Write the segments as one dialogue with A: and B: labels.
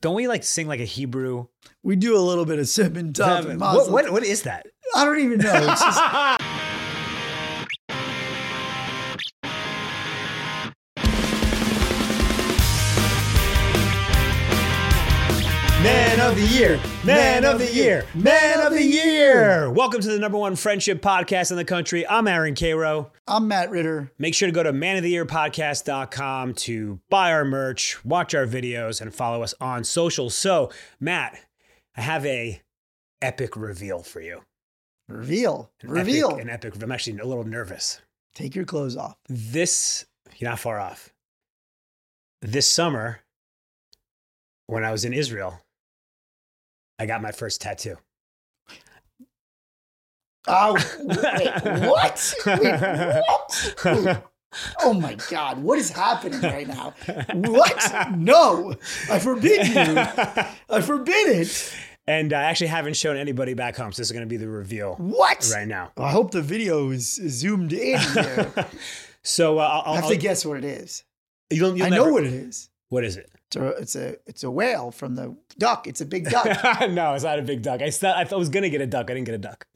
A: Don't we like sing like a Hebrew?
B: We do a little bit of sip and tough and
A: what,
B: Muslim.
A: what what is that?
B: I don't even know. It's just,
A: Man of the year, man of the year, man of the year. Welcome to the number one friendship podcast in the country. I'm Aaron Cairo.
B: I'm Matt Ritter.
A: Make sure to go to manoftheyearpodcast.com to buy our merch, watch our videos, and follow us on social. So, Matt, I have a epic reveal for you.
B: Reveal.
A: An epic-
B: Reveal.
A: an epic. I'm actually a little nervous.
B: Take your clothes off.
A: this you're not far off this summer when i was in israel i got my first tattoo
B: Oh, wait, what? Wait, what? Oh my God. What is happening right now? What? No. I forbid you. I forbid it.
A: and i actually haven't shown anybody back home so this is going to be the reveal
B: What?
A: right now
B: I hope the video is, is zoomed in here.
A: so uh, I'll,
B: I have
A: I'll,
B: to guess what it is.
A: you'll, you'll
B: I
A: never-
B: know what it is.
A: what is it
B: It's a, it's a it's a whale from the duck. It's a big duck.
A: no, it's not a big duck. I, st- I, thought I was going to get a duck. I didn't get a duck.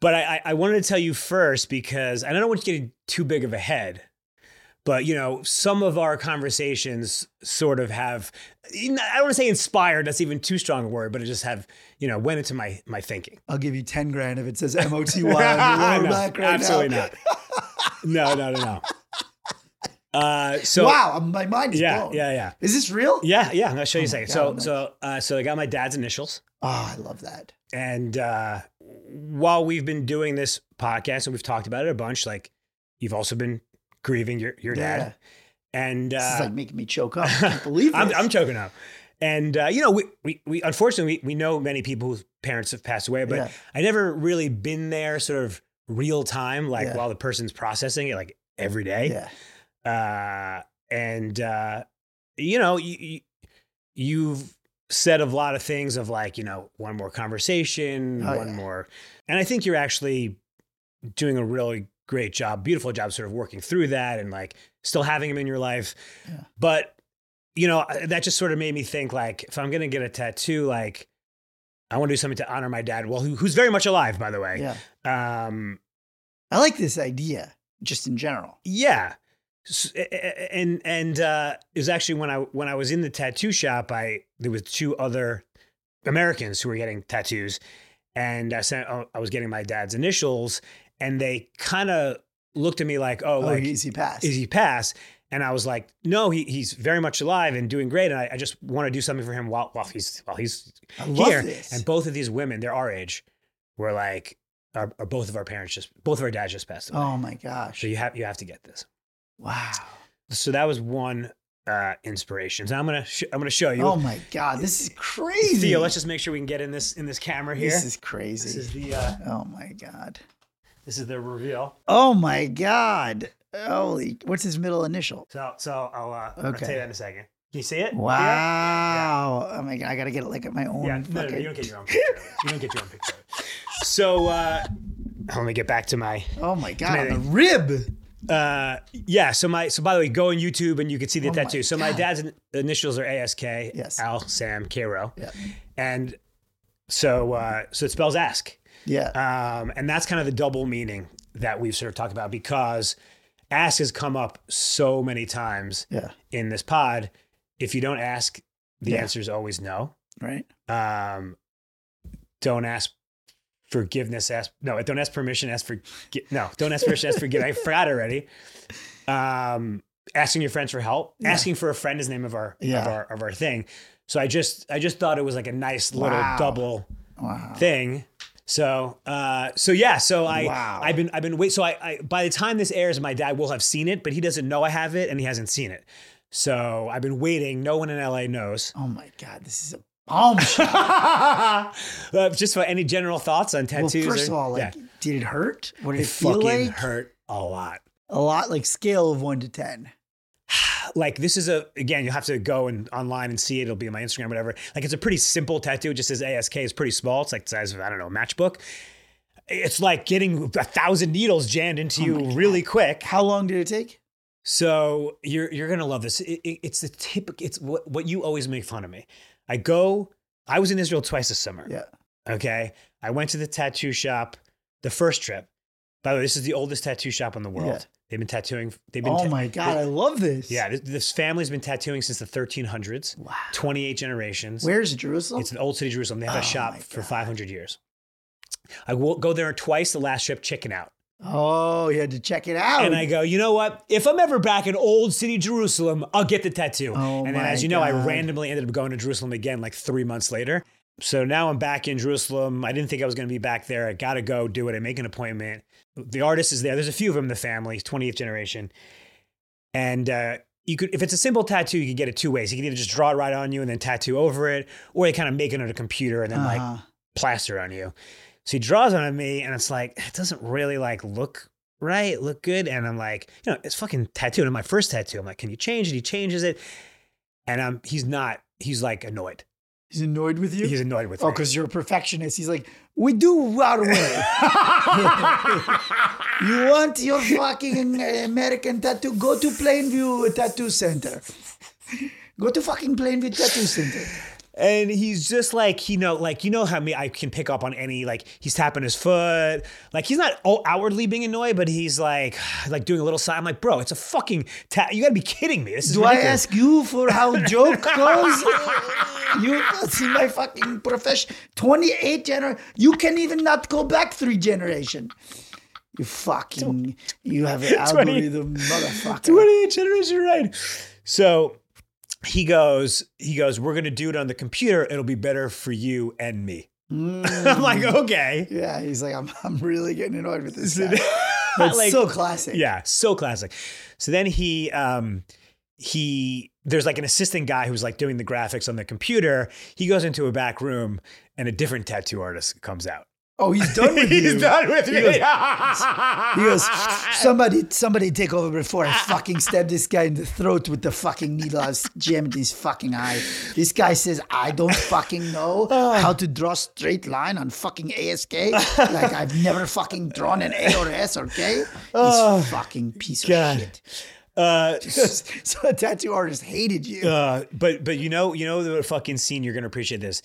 A: but I, I, I wanted to tell you first because and I don't want you getting too big of a head. But you know, some of our conversations sort of have I don't want to say inspired. That's even too strong a word, but it just have you know went into my my thinking.
B: I'll give you ten grand if it says M O T Y on your lower
A: No,
B: back right
A: absolutely
B: now.
A: not. No, no, no, no. Uh, so
B: wow, I'm- my mind is
A: yeah,
B: blown.
A: yeah, yeah,
B: Is this real?
A: yeah, yeah. I'm gonna show you a
B: my
A: second.
B: God,
A: So,
B: man.
A: so, uh, so I got my dad's initials.
B: Oh, I love that.
A: And uh, while we've been doing this podcast and we've talked about it a bunch, like you've also been grieving your, your dad. And
B: This is
A: uh,
B: like making me choke up. I can't believe
A: I'm,
B: this.
A: I'm choking up. And, uh, you know, we, we, we unfortunately, we, we know many people whose parents have passed away, but
B: Yeah.
A: I never really been there sort of real time, like
B: Yeah.
A: while the person's processing it, like every day.
B: yeah.
A: Uh, and, uh, you know, you, you, you've said a lot of things of like, you know, one more conversation,
B: Oh,
A: one
B: yeah.
A: more. And I think you're actually doing a really great job, beautiful job, sort of working through that and like still having him in your life.
B: Yeah.
A: But, you know, that just sort of made me think like, if I'm going to get a tattoo, like, I want to do something to honor my dad. Well, who, who's very much alive, by the way.
B: Yeah.
A: Yeah. Um,
B: I like this idea, just in general.
A: yeah. S- a- a- a- And and uh, it was actually when I when I was in the tattoo shop, I there was two other Americans who were getting tattoos, and I sent oh, I was getting my dad's initials, and they kind of looked at me like, oh,
B: Oh,
A: like
B: easy pass.
A: is he pass? And I was like, no, he, he's very much alive and doing great, and I, I just want to do something for him while while he's while he's
B: I love
A: here.
B: this.
A: And both of these women, they're our age, were like, are, are both of our parents just both of our dads just passed? away.
B: oh my gosh!
A: So you have you have to get this
B: Wow.
A: so that was one uh inspiration. So I'm gonna sh- I'm gonna show you.
B: Oh my God! This is crazy.
A: Theo, let's just make sure we can get in this in this camera here.
B: This is crazy.
A: This is the uh,
B: oh my God.
A: this is the reveal.
B: Oh my God. Holy, what's his middle initial?
A: So so I'll uh I'll
B: Okay.
A: tell you that in a second. Can you see it? Yeah.
B: Wow. Oh my God. I got to get it like at my own.
A: Yeah, no, no,
B: fucking-
A: you don't get your own picture. of it. You don't get your own picture. of it. So uh, let me get back to my
B: Oh my God. on
A: Maybe.
B: the rib.
A: uh, yeah. So my so by the way, go on YouTube and you can see the
B: Oh my
A: tattoo. so my
B: God.
A: dad's in- initials are ASK.
B: Yes.
A: Al Sam Cairo.
B: Yeah.
A: And so uh, so it spells ask.
B: Yeah.
A: Um, and that's kind of the double meaning that we've sort of talked about because ask has come up so many times
B: yeah.
A: in this pod. If you don't ask, the
B: Yeah.
A: answer is always no.
B: Right.
A: Um, don't ask forgiveness. Ask no. Don't ask permission. Ask for no. Don't ask permission. ask forgive. I forgot already. Um, asking your friends for help.
B: Yeah.
A: Asking for a friend is the name of our of
B: Yeah.
A: our of our thing. So I just I just thought it was like a nice little
B: Wow.
A: double
B: Wow.
A: thing. So, uh, so yeah, so I,
B: Wow.
A: I've been, I've been wait. So I, I, by the time this airs, my dad will have seen it, but he doesn't know I have it and he hasn't seen it. So I've been waiting. No one in LA knows.
B: Oh my God. This is a bombshell.
A: Uh, Just for any general thoughts on
B: well,
A: tattoos.
B: first of
A: or-
B: all, like,
A: yeah.
B: did it hurt? What did
A: it
B: it, feel
A: fucking
B: like?
A: hurt a lot.
B: A lot, like scale of one to 10.
A: Like this is a, again, you'll have to go and online and see it. It'll be on my Instagram, whatever. Like it's a pretty simple tattoo. It just says ASK is pretty small. It's like the size of, I don't know, a matchbook. It's like getting a thousand needles jammed into
B: Oh
A: you
B: my God.
A: really quick.
B: How long did it take?
A: So you're you're gonna love this. It, it- it's the typical. It's what what you always make fun of me. I go. I was in Israel twice this summer.
B: Yeah.
A: Okay. I went to the tattoo shop the first trip. By the way, this is the oldest tattoo shop in the world.
B: Yeah.
A: They've been tattooing. They've been.
B: Oh
A: ta-
B: my God, I love this.
A: Yeah. This, this family's been tattooing since the 1300s.
B: Wow.
A: 28 generations.
B: Where's Jerusalem?
A: It's an old city, Jerusalem. They have
B: Oh
A: a shop
B: my
A: for
B: God.
A: 500 years. I will go there twice. The last trip, chicken out,
B: oh, you had to check it out.
A: and I go. You know what? If I'm ever back in old city Jerusalem, I'll get the tattoo.
B: Oh
A: and then,
B: my
A: as you know, I
B: God.
A: randomly ended up going to Jerusalem again, like three months later. So now I'm back in Jerusalem. I didn't think I was going to be back there. I gotta go do it. I make an appointment. The artist is there. There's a few of them in the family, 20th generation, and. uh you could, if it's a simple tattoo, you could get it two ways. You can either just draw it right on you and then tattoo over it, or they kind of make it on a computer and then like
B: Uh-huh.
A: plaster on you. So he draws on me, and it's like it doesn't really like look right, look good. And I'm like, you know, it's fucking tattooed. And my first tattoo, I'm like, can you change it? He changes it, and I'm he's not. He's like annoyed.
B: he's annoyed with you.
A: He's annoyed with
B: oh,
A: me.
B: because you're a perfectionist. He's like, we do our way. you want your fucking American tattoo? Go to Plainview Tattoo Center. Go to fucking Plainview Tattoo Center.
A: and he's just like you know, like you know how me I can pick up on any like he's tapping his foot, like he's not o- outwardly being annoyed, but he's like like doing a little sign. I'm like, bro, it's a fucking tat. You gotta be kidding me. This is
B: Do I
A: ridiculous."
B: ask you for how joke goes? you see my fucking profession. 28 gener. You can even not go back three generation. You fucking. You have an
A: 20
B: algorithm, motherfucker.
A: 28 generation right so he goes he goes we're gonna do it on the computer it'll be better for you and me i'm like okay
B: Yeah, he's like, I'm, I'm really getting annoyed with this.
A: So
B: Guy.
A: then-
B: But it's
A: like-
B: so classic.
A: yeah so classic so then he um he there's like an assistant guy who's like doing the graphics on the computer he goes into a back room and a different tattoo artist comes out
B: Oh, he's done with
A: he's
B: you.
A: done with me
B: goes- He goes, somebody, somebody take over before I fucking stab this guy in the throat with the fucking needle I was jammed in his fucking eye. This guy says, I don't fucking know
A: Ah.
B: how to draw straight line on fucking ASK. Like, I've never fucking drawn an A or S or K. This fucking piece
A: Ah. God.
B: of shit.
A: uh,
B: So a tattoo artist hated you.
A: Uh, but but you know you know the fucking scene you're gonna appreciate this.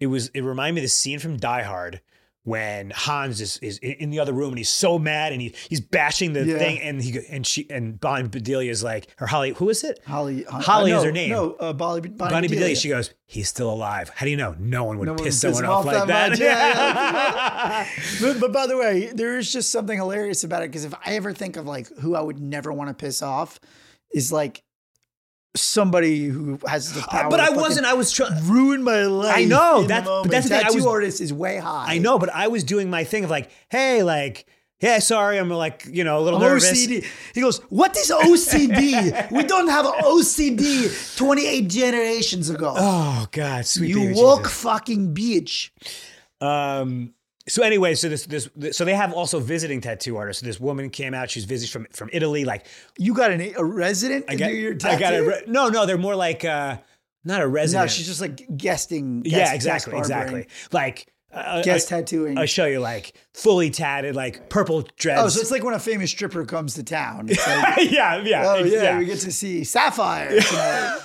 A: It was it reminded me of the scene from Die Hard when Hans is, is i- in the other room and he's so mad and he he's bashing the
B: Yeah.
A: thing and he go- and she and Bonnie Bedelia is like or Holly who is it
B: Holly, Hol-
A: Holly is
B: no,
A: her name.
B: No, uh, Bolly, Bonnie,
A: Bonnie Bedelia.
B: Bedelia.
A: She goes he's still alive. How do you know? No one would
B: No one
A: piss
B: would piss
A: someone
B: him
A: off
B: off
A: like
B: that
A: that.
B: much. Yeah, but, but by the way, there is just something hilarious about it because if I ever think of like who I would never want to piss off, is like somebody who has the power.
A: but
B: to
A: I
B: fucking
A: wasn't. I was trying.
B: ruin my life.
A: I know,
B: in the
A: that's- but
B: moment.
A: that's the thing, I
B: tattoo
A: was-
B: artist is way high.
A: I know, but I was doing my thing of like, hey, like, yeah, sorry, I'm like, you know, a little nervous.
B: OCD. He goes, What is OCD? we don't have OCD 28 generations ago.
A: Oh God, sweet
B: you
A: baby
B: walk
A: Jesus.
B: fucking bitch.
A: Um, so anyway, so this, this this so they have also visiting tattoo artists. So this woman came out. She's visiting from from Italy. Like
B: You got an, a resident
A: I
B: to
A: got,
B: do your tattoo?
A: I got a re- no, no. They're more like uh, not a
B: No,
A: resident.
B: she's just like guesting.
A: yeah,
B: guest-
A: exactly,
B: guest barbering,
A: exactly. Like uh,
B: Guest
A: I,
B: tattooing.
A: I show you like fully tatted, like purple dress.
B: oh, so it's like when a famous stripper comes to town. It's like,
A: yeah, yeah,
B: oh
A: ex-
B: yeah, we get to see Sapphire. tonight.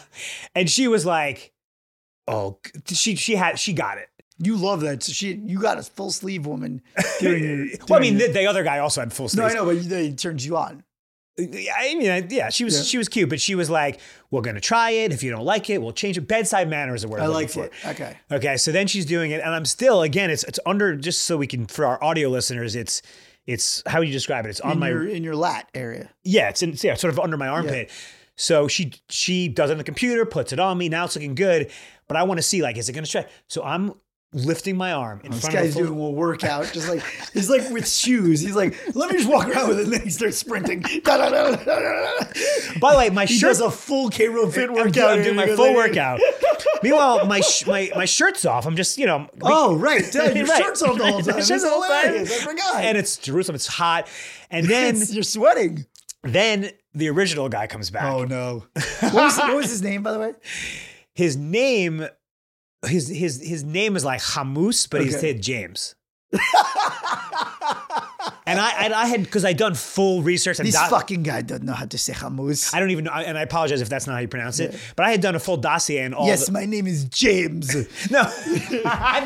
A: And she was like, oh, g- she she had she got it.
B: you love that. So she, you got a full sleeve woman. Doing your, doing
A: Well, I mean,
B: your-
A: the, the other guy also had full sleeves.
B: no, I know, but they- it turns you on.
A: I mean, I- yeah, she was
B: Yeah.
A: she was cute, but she was like, "We're gonna try it. If you don't like it, we'll change it." Bedside manner is a word.
B: I
A: I'm
B: like
A: looking
B: it. Okay.
A: for. Okay, so then she's doing it, and I'm still again. It's it's under just so we can for our audio listeners. It's it's how would you describe it? It's on
B: In
A: my
B: your in your lat area.
A: yeah. It's in it's, yeah, sort of under my armpit. So she she does it on the computer, puts it on me. Now it's looking good, but I want to see like is it gonna stretch? So I'm lifting my arm in
B: Oh, This
A: front of.
B: guy's
A: a full-
B: doing a workout, just like he's like with shoes. He's like, let me just walk around with it, and then he starts sprinting. Da-da-da-da-da-da.
A: By the way, my
B: He
A: shirt
B: does a full Cairo Fit
A: I'm
B: workout.
A: doing- I'm doing
B: and he
A: my
B: goes,
A: full
B: "Hey."
A: workout. Meanwhile, my sh- my my shirt's off. I'm just you know.
B: Oh, right. Yeah, your
A: Right.
B: shirt's on the whole time.
A: Shirt's
B: That's
A: on the whole time.
B: hilarious. I forgot.
A: and it's Jerusalem. It's hot, and then
B: It's- you're sweating.
A: then the original guy comes back.
B: Oh. no. what, was, what was his name, by the way?
A: His name, his his his name is like Hamus, but he
B: Okay.
A: said James. and I, and I had because I'd done full research. And
B: This
A: doc-
B: fucking guy doesn't know how to say Hamouz.
A: I don't even know, and I apologize if that's not how you pronounce it. But I had done a full dossier and all.
B: Yes,
A: the-
B: my name is James.
A: no,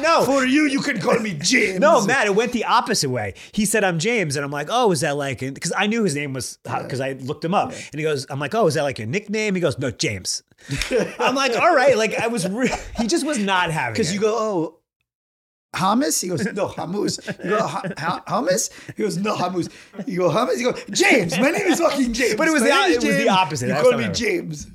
A: no,
B: For you, you can call me James.
A: No, Matt, it went the opposite way. He said, I'm James. And I'm like, oh, is that like, because I knew his name was, because I looked him up. And he goes, I'm like, oh, is that like your nickname? He goes, no, James. I'm like, all right. Like, I was, re- he just was not having
B: Because
A: it.
B: you go, oh, hummus? He goes, no, hummus. You go, "Hu- hu- hummus? He goes, no, hummus. You go, hummus? You go, James. My name is fucking James.
A: But it was
B: My
A: the-
B: name is
A: it was the
B: James.
A: opposite.
B: You
A: That's
B: call
A: not
B: me
A: right.
B: James.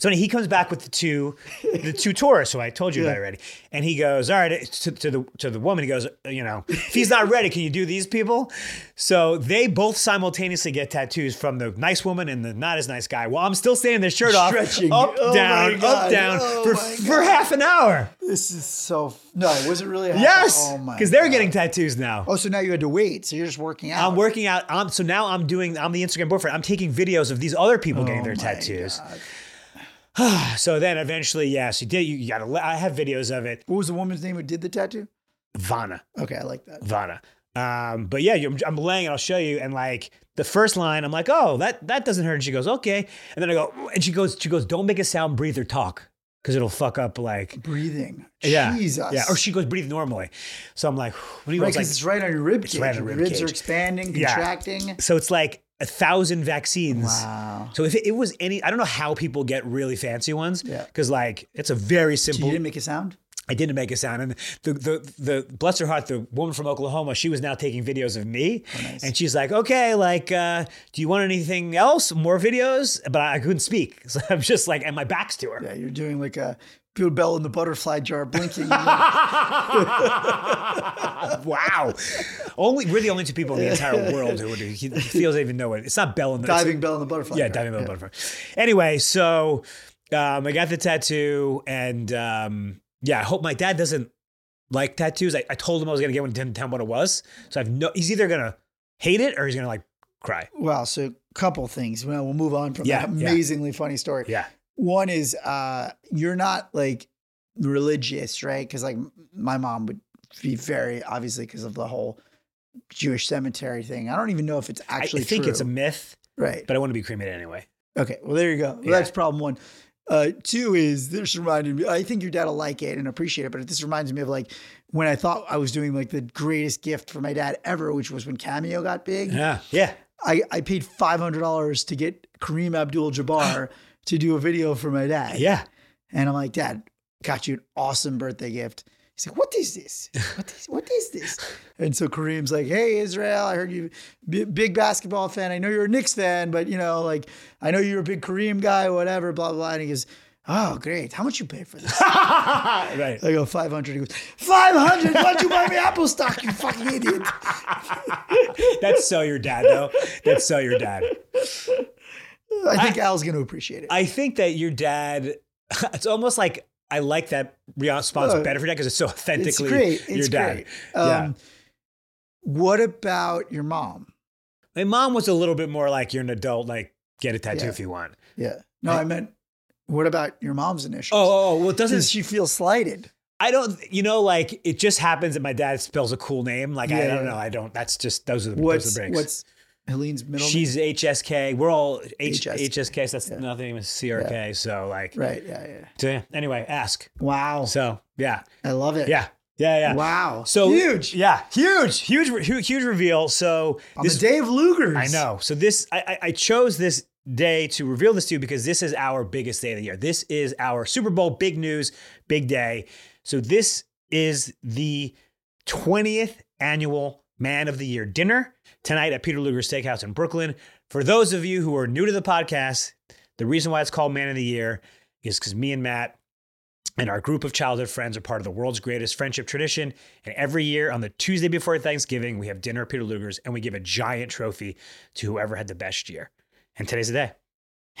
A: So he comes back with the two, the two tourists who I told you about already, and he goes, "All right," to, to the to the woman. He goes, "You know, if he's not ready, can you do these people?" So they both simultaneously get tattoos from the nice woman and the not as nice guy. Well, I'm still standing there, shirt off,
B: Stretching.
A: up,
B: Oh my
A: down, up,
B: God.
A: down
B: Oh
A: for
B: my
A: for half an hour.
B: This is so. F- no, it wasn't really. happening.
A: Yes,
B: Oh my.
A: because they're
B: God.
A: getting tattoos now.
B: Oh, so now you had to wait. So you're just working out.
A: I'm working out. I'm, so now I'm doing. I'm the Instagram boyfriend. I'm taking videos of these other people getting their tattoos. so then eventually, yes, you did. You got. to I have videos of it.
B: What was the woman's name who did the tattoo?
A: Vana,
B: Okay, I like that.
A: Vana. Um, but yeah, you I'm laying. I'll show you. And like the first line, I'm like, oh, that that doesn't hurt. And she goes, okay. And then I go, and she goes, she goes, don't make a sound, breathe or talk, because it'll fuck up like.
B: Breathing.
A: Yeah,
B: Jesus.
A: Yeah, or she goes breathe normally. So I'm like, what do you
B: Right,
A: want?
B: because
A: Like,
B: it's right on your rib cage.
A: right on
B: your
A: your rib
B: ribs are
A: cage.
B: expanding,
A: Yeah.
B: contracting.
A: so it's like a thousand vaccines.
B: Wow.
A: So if it, it was any, I don't know how people get really fancy ones.
B: Yeah.
A: Because like it's a very
B: So you
A: simple.
B: didn't make a sound.
A: I didn't make a sound, and the the the bless her heart, the woman from Oklahoma, she was now taking videos of me,
B: Oh,
A: and she's like, okay, like, uh, do you want anything else? More videos? But I, couldn't speak, so I'm just like, and my back's to her.
B: Yeah, you're doing like a Bill Bell in the butterfly jar, blinking.
A: wow. Only we're the only two people in the entire world who would he feels they even know it. It's not Bell and the it's-
B: diving Bell in the butterfly.
A: Yeah,
B: jar.
A: diving bell butterfly. Anyway, so um, I got the tattoo, and um, yeah, I hope my dad doesn't like tattoos. I, I told him I was gonna get one, didn't tell him what it was. So I've no. He's either gonna hate it or he's gonna like cry.
B: Wow. So a couple things. Well, we'll move on from
A: Yeah,
B: that
A: yeah.
B: amazingly funny story.
A: Yeah,
B: One is uh, you're not like religious, right? Because like m- my mom would be very obviously because of the whole Jewish cemetery thing. I don't even know if it's
A: I, I
B: actually
A: think
B: true.
A: it's a myth,
B: right.
A: but I want to be cremated anyway.
B: Okay. Well, there you go. Well,
A: Yeah.
B: That's problem one. Uh, two is this reminded me. I think your dad will like it and appreciate it, but this reminds me of like when I thought I was doing like the greatest gift for my dad ever, which was when Cameo got big.
A: Yeah, yeah.
B: I, I paid five hundred dollars to get Kareem Abdul-Jabbar to do a video for my dad.
A: Yeah,
B: And I'm like, Dad, got you an awesome birthday gift. He's like, What is this? What is, what is this? And so Kareem's like, Hey, Israel, I heard you b- big basketball fan. I know you're a Knicks fan, but you know, like, I know you're a big Kareem guy, whatever, blah, blah, blah. And he goes, Oh, great. How much you pay for this?
A: right.
B: I go, 500. He goes, 500? Why'd you buy me Apple stock, you fucking idiot?
A: That's so your dad though. That's so your dad.
B: I think Al's going to appreciate it.
A: I think that your dad. It's almost like I like that response
B: Oh.
A: better for dad because it's so authentically
B: It's great.
A: your
B: It's
A: dad.
B: great.
A: Yeah.
B: Um, What about your mom?
A: My mom was a little bit more like, you're an adult, like, get a tattoo
B: Yeah.
A: if you want.
B: Yeah. No, I meant, what about your mom's initials?
A: Oh, oh, well, it
B: does
A: doesn't,
B: she feel slighted?
A: I don't, you know, like, it just happens that my dad spells a cool name. Like,
B: Yeah,
A: I don't
B: yeah.
A: know. I don't, that's just, those are the,
B: What's
A: those are the breaks.
B: what's Helene's middle
A: She's HSK. We're all H-
B: HSK.
A: HSK. so that's nothing even CRK. So, like,
B: name? Right. Yeah. Yeah.
A: so, yeah. anyway, ask.
B: Wow.
A: So, yeah.
B: I love it.
A: Yeah. Yeah. Yeah.
B: Wow.
A: So
B: huge.
A: Yeah. Huge, huge, re- huge, huge reveal. So,
B: On
A: this
B: the day of Luger's.
A: I know. So this, I, I, I chose this day to reveal this to you because this is our biggest day of the year. This is our Super Bowl big news, big day. So this is the 20th annual Man of the Year dinner tonight at Peter Luger Steakhouse in Brooklyn. For those of you who are new to the podcast, the reason why it's called Man of the Year is because me and Matt and our group of childhood friends are part of the world's greatest friendship tradition. And every year on the Tuesday before Thanksgiving, we have dinner at Peter Luger's and we give a giant trophy to whoever had the best year. And today's the day.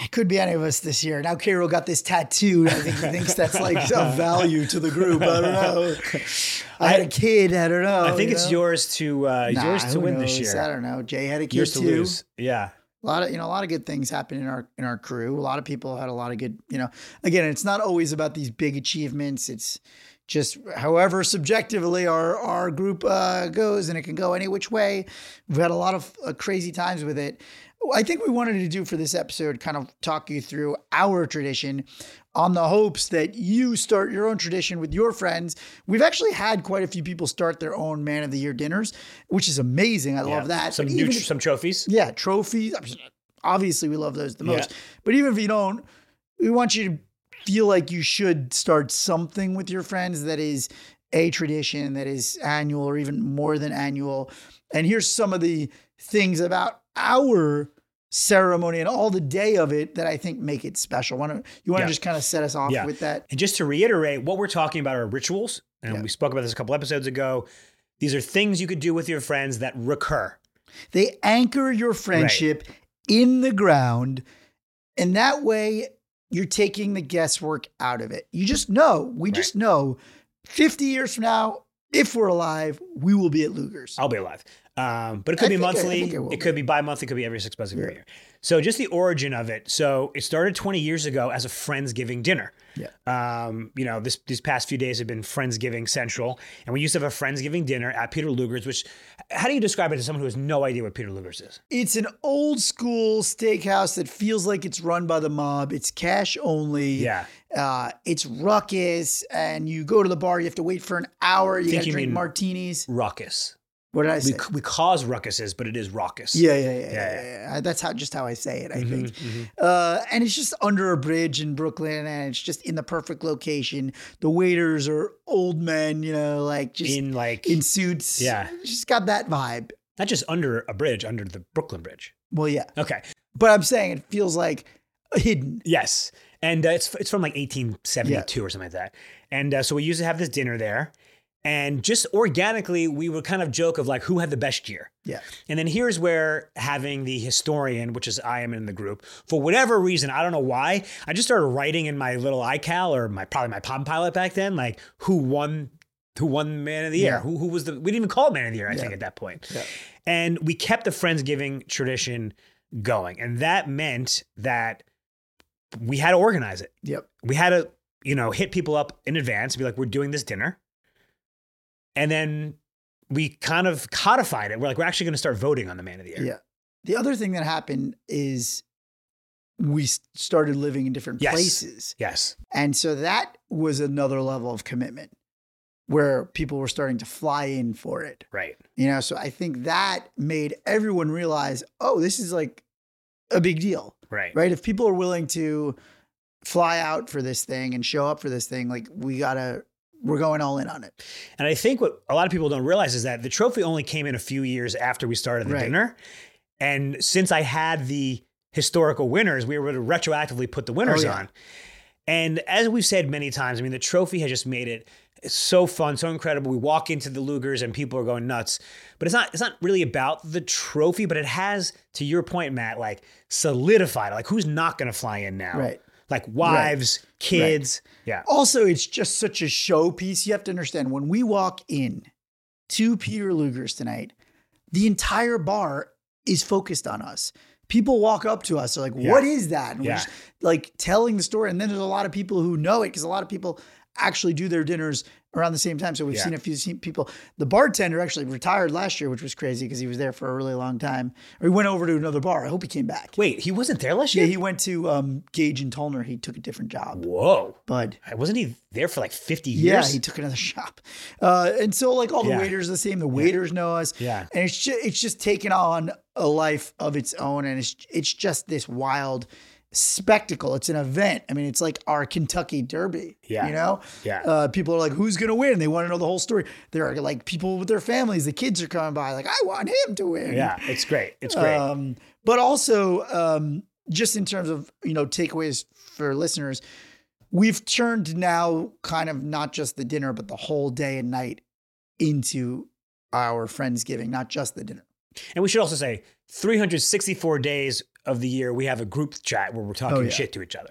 B: It could be any of us this year. Now Cairo got this tattoo. I think he thinks that's like a value to the group. I don't know. I had a kid. I don't know.
A: I think
B: Oh, you
A: it's
B: know?
A: yours to uh,
B: Nah,
A: yours to
B: who
A: win this
B: knows?
A: year.
B: I don't know. Jay had a kid
A: Yours to
B: too.
A: lose. Yeah.
B: a lot of you know a lot of good things happen in our in our crew a lot of people had a lot of good you know again it's not always about these big achievements it's just however subjectively our our group uh, goes and it can go any which way we've had a lot of uh, crazy times with it i think we wanted to do for this episode kind of talk you through our tradition on the hopes that you start your own tradition with your friends we've actually had quite a few people start their own man of the year dinners which is amazing i love that
A: Some
B: But
A: new,
B: even
A: tr-
B: if-
A: some trophies.
B: yeah, trophies. Obviously, we love those the
A: Yeah.
B: most. But even if you don't, we want you to feel like you should start something with your friends that is a tradition that is annual or even more than annual. And here's some of the things about our ceremony and all the day of it that I think make it special. Wanna, you want to
A: Yeah.
B: just kind of set us off
A: Yeah.
B: with that?
A: And just to reiterate, what we're talking about are rituals, and
B: Yeah.
A: we spoke about this a couple episodes ago. These are things you could do with your friends that recur.
B: They anchor your friendship in the ground. And that way, you're taking the guesswork out of it. You just know, we
A: Right.
B: just know 50 years from now, if we're alive, we will be at Luger's.
A: I'll be alive. Um, but it
B: I
A: could be
B: think I- I
A: monthly.
B: think I will
A: it
B: be.
A: could be bi-monthly. It could be every six months of every
B: Yeah.
A: year. So just the origin of it. So it started 20 years ago as a Friendsgiving dinner.
B: Yeah.
A: Um, you know, this these past few days have been Friendsgiving Central, and we used to have a Friendsgiving dinner at Peter Luger's. Which, how do you describe it to someone who has no idea what Peter Luger's is?
B: It's an old school steakhouse that feels like it's run by the mob. It's cash only.
A: Yeah.
B: Uh, it's ruckus. And you go to the bar, you have to wait for an hour. You
A: Think
B: got to
A: you
B: drink
A: mean-
B: martinis.
A: Ruckus.
B: What did I
A: We,
B: say?
A: we cause ruckuses, but it is raucous.
B: Yeah, yeah, yeah,
A: yeah.
B: yeah, yeah, yeah. That's how just how I say it. I
A: Mhm,
B: think.
A: mhm.
B: Uh, and it's just under a bridge in Brooklyn, and it's just in the perfect location. The waiters are old men, you know, like just in,
A: In like
B: suits.
A: Yeah.
B: just got that vibe.
A: not just under a bridge, under the Brooklyn Bridge.
B: Well, yeah,
A: Okay.
B: but I'm saying it feels like hidden.
A: Yes, and uh, it's it's from like 1872 or something like that. And uh, so we used to have this dinner there, and just organically we would kind of joke of like who had the best year.
B: Yeah,
A: And then here's where having the historian, which is I am in the group, for whatever reason, I don't know why, I just started writing in my little iCal or my probably my Palm Pilot back then, like who won who won man of the year?
B: Yeah.
A: Who who was the we didn't even call it man of the year, I
B: Yeah.
A: think, at that point.
B: Yeah.
A: And we kept the Friendsgiving tradition going. And that meant that we had to organize it.
B: yep.
A: We had to, you know, hit people up in advance, be like, we're doing this dinner. And then we kind of codified it. We're like, we're actually going to start voting on the man of the year.
B: Yeah. The other thing that happened is we s- started living in different
A: Yes.
B: places.
A: Yes.
B: And so that was another level of commitment where people were starting to fly in for it.
A: Right.
B: You know, so I think that made everyone realize, oh, this is like a big deal,
A: Right.
B: right? If people are willing to fly out for this thing and show up for this thing, like we gotta, we're going all in on it.
A: And I think what a lot of people don't realize is that the trophy only came in a few years after we started the
B: Right.
A: dinner. And since I had the historical winners, we were able to retroactively put the winners
B: Oh, yeah.
A: on. And as we've said many times, I mean, the trophy has just made it so fun, so incredible. We walk into the Lugers and people are going nuts. But it's not it's not really about the trophy, but it has, to your point, Matt, like solidified. Like who's not gonna fly in now?
B: Right.
A: Like wives, kids. Yeah.
B: Also, it's just such a showpiece. You have to understand when we walk in to Peter Luger's tonight, the entire bar is focused on us. People walk up to us, they're like,
A: Yeah.
B: what is that? And we're
A: Yeah.
B: just like telling the story. And then there's a lot of people who know it because a lot of people actually do their dinners around the same time. So we've
A: Yeah.
B: seen a few se- people. The bartender actually retired last year, which was crazy because he was there for a really long time. Or he went over to another bar. I hope he came back.
A: Wait, he wasn't there last
B: Yeah,
A: year?
B: he went to um, Gage and Tolner. He took a different job.
A: Whoa.
B: Bud.
A: Wasn't he there for like 50
B: Yeah,
A: years?
B: he took another shop, uh, and so like all the
A: Yeah.
B: waiters are the same. The waiters know us,
A: Yeah.
B: and it's just it's just taken on a life of its own, and it's it's just this wild spectacle. It's an event. I mean, it's like our Kentucky Derby.
A: Yeah.
B: you know,
A: Yeah.
B: Uh, people are like, who's gonna win? They want to know the whole story. There are like people with their families. The kids are coming by, like, I want him to win.
A: yeah, it's great. It's great.
B: Um, but also, um, just in terms of you know takeaways for listeners, we've turned now kind of not just the dinner, but the whole day and night into our friendsgiving, not just the dinner.
A: and we should also say 364 days of the year, we have a group chat where we're talking
B: Oh, yeah.
A: shit to each other.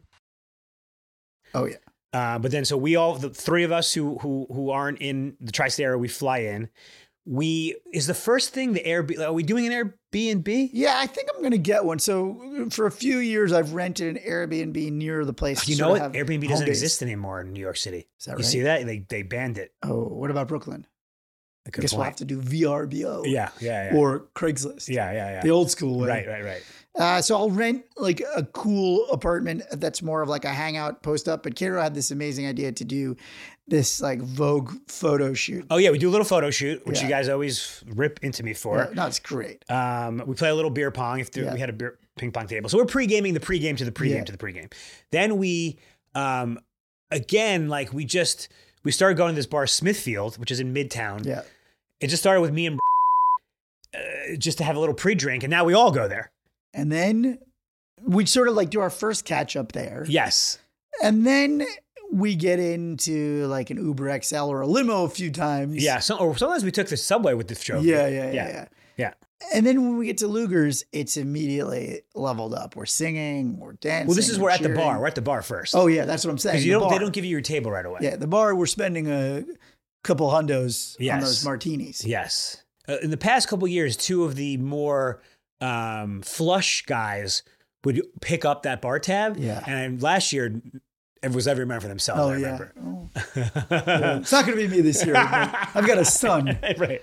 B: Oh yeah.
A: Uh, but then, so we all, the three of us who who who aren't in the tri-state area, we fly in. We is the first thing the Airbnb. Are we doing an Airbnb?
B: Yeah, I think I'm gonna get one. So for a few years, I've rented an Airbnb near the place. to
A: You
B: sort
A: know
B: of
A: what?
B: have
A: Airbnb
B: home
A: doesn't
B: base.
A: exist anymore in New York City.
B: Is that
A: You
B: right?
A: see that they they banned it.
B: Oh, what about Brooklyn?
A: Good
B: I guess we'll
A: point.
B: have to do VRBO.
A: Yeah, yeah, yeah,
B: Or Craigslist.
A: yeah, yeah, yeah.
B: The old school way.
A: Right, right, right.
B: Uh, so I'll rent like a cool apartment that's more of like a hangout post up. But Cairo had this amazing idea to do this like Vogue photo shoot.
A: Oh yeah, we do a little photo shoot, which
B: Yeah.
A: you guys always rip into me for.
B: no, it's great.
A: Um, we play a little beer pong if there,
B: Yeah.
A: we had a beer ping pong table. So we're pre-gaming the pre-game to the pre-game
B: Yeah.
A: to the pre-game. Then we, um, again, like we just we started going to this bar Smithfield, which is in Midtown.
B: Yeah.
A: It just started with me and uh, just to have a little pre-drink, and now we all go there.
B: And then we sort of like do our first catch up there.
A: Yes,
B: And then we get into like an Uber XL or a limo a few times.
A: yeah. So, or sometimes we took the subway with this show.
B: Yeah, yeah, yeah,
A: Yeah.
B: yeah,
A: Yeah.
B: And then when we get to Luger's, it's immediately leveled up. We're singing, we're dancing.
A: Well, this is
B: we're
A: we're at the
B: cheering.
A: bar. We're at the bar first.
B: Oh yeah, that's what I'm saying.
A: because you
B: the
A: don't they
B: bar.
A: don't give you your table right away.
B: Yeah, the bar we're spending a couple hundos on
A: Yes.
B: those martinis.
A: Yes. Uh, in the past couple years, two of the more um, flush guys would pick up that bar tab.
B: Yeah.
A: And last year, it was every man for themselves.
B: Oh
A: I
B: yeah.
A: remember.
B: Oh. Yeah, It's not gonna be me this year. but I've got a son. I've
A: right.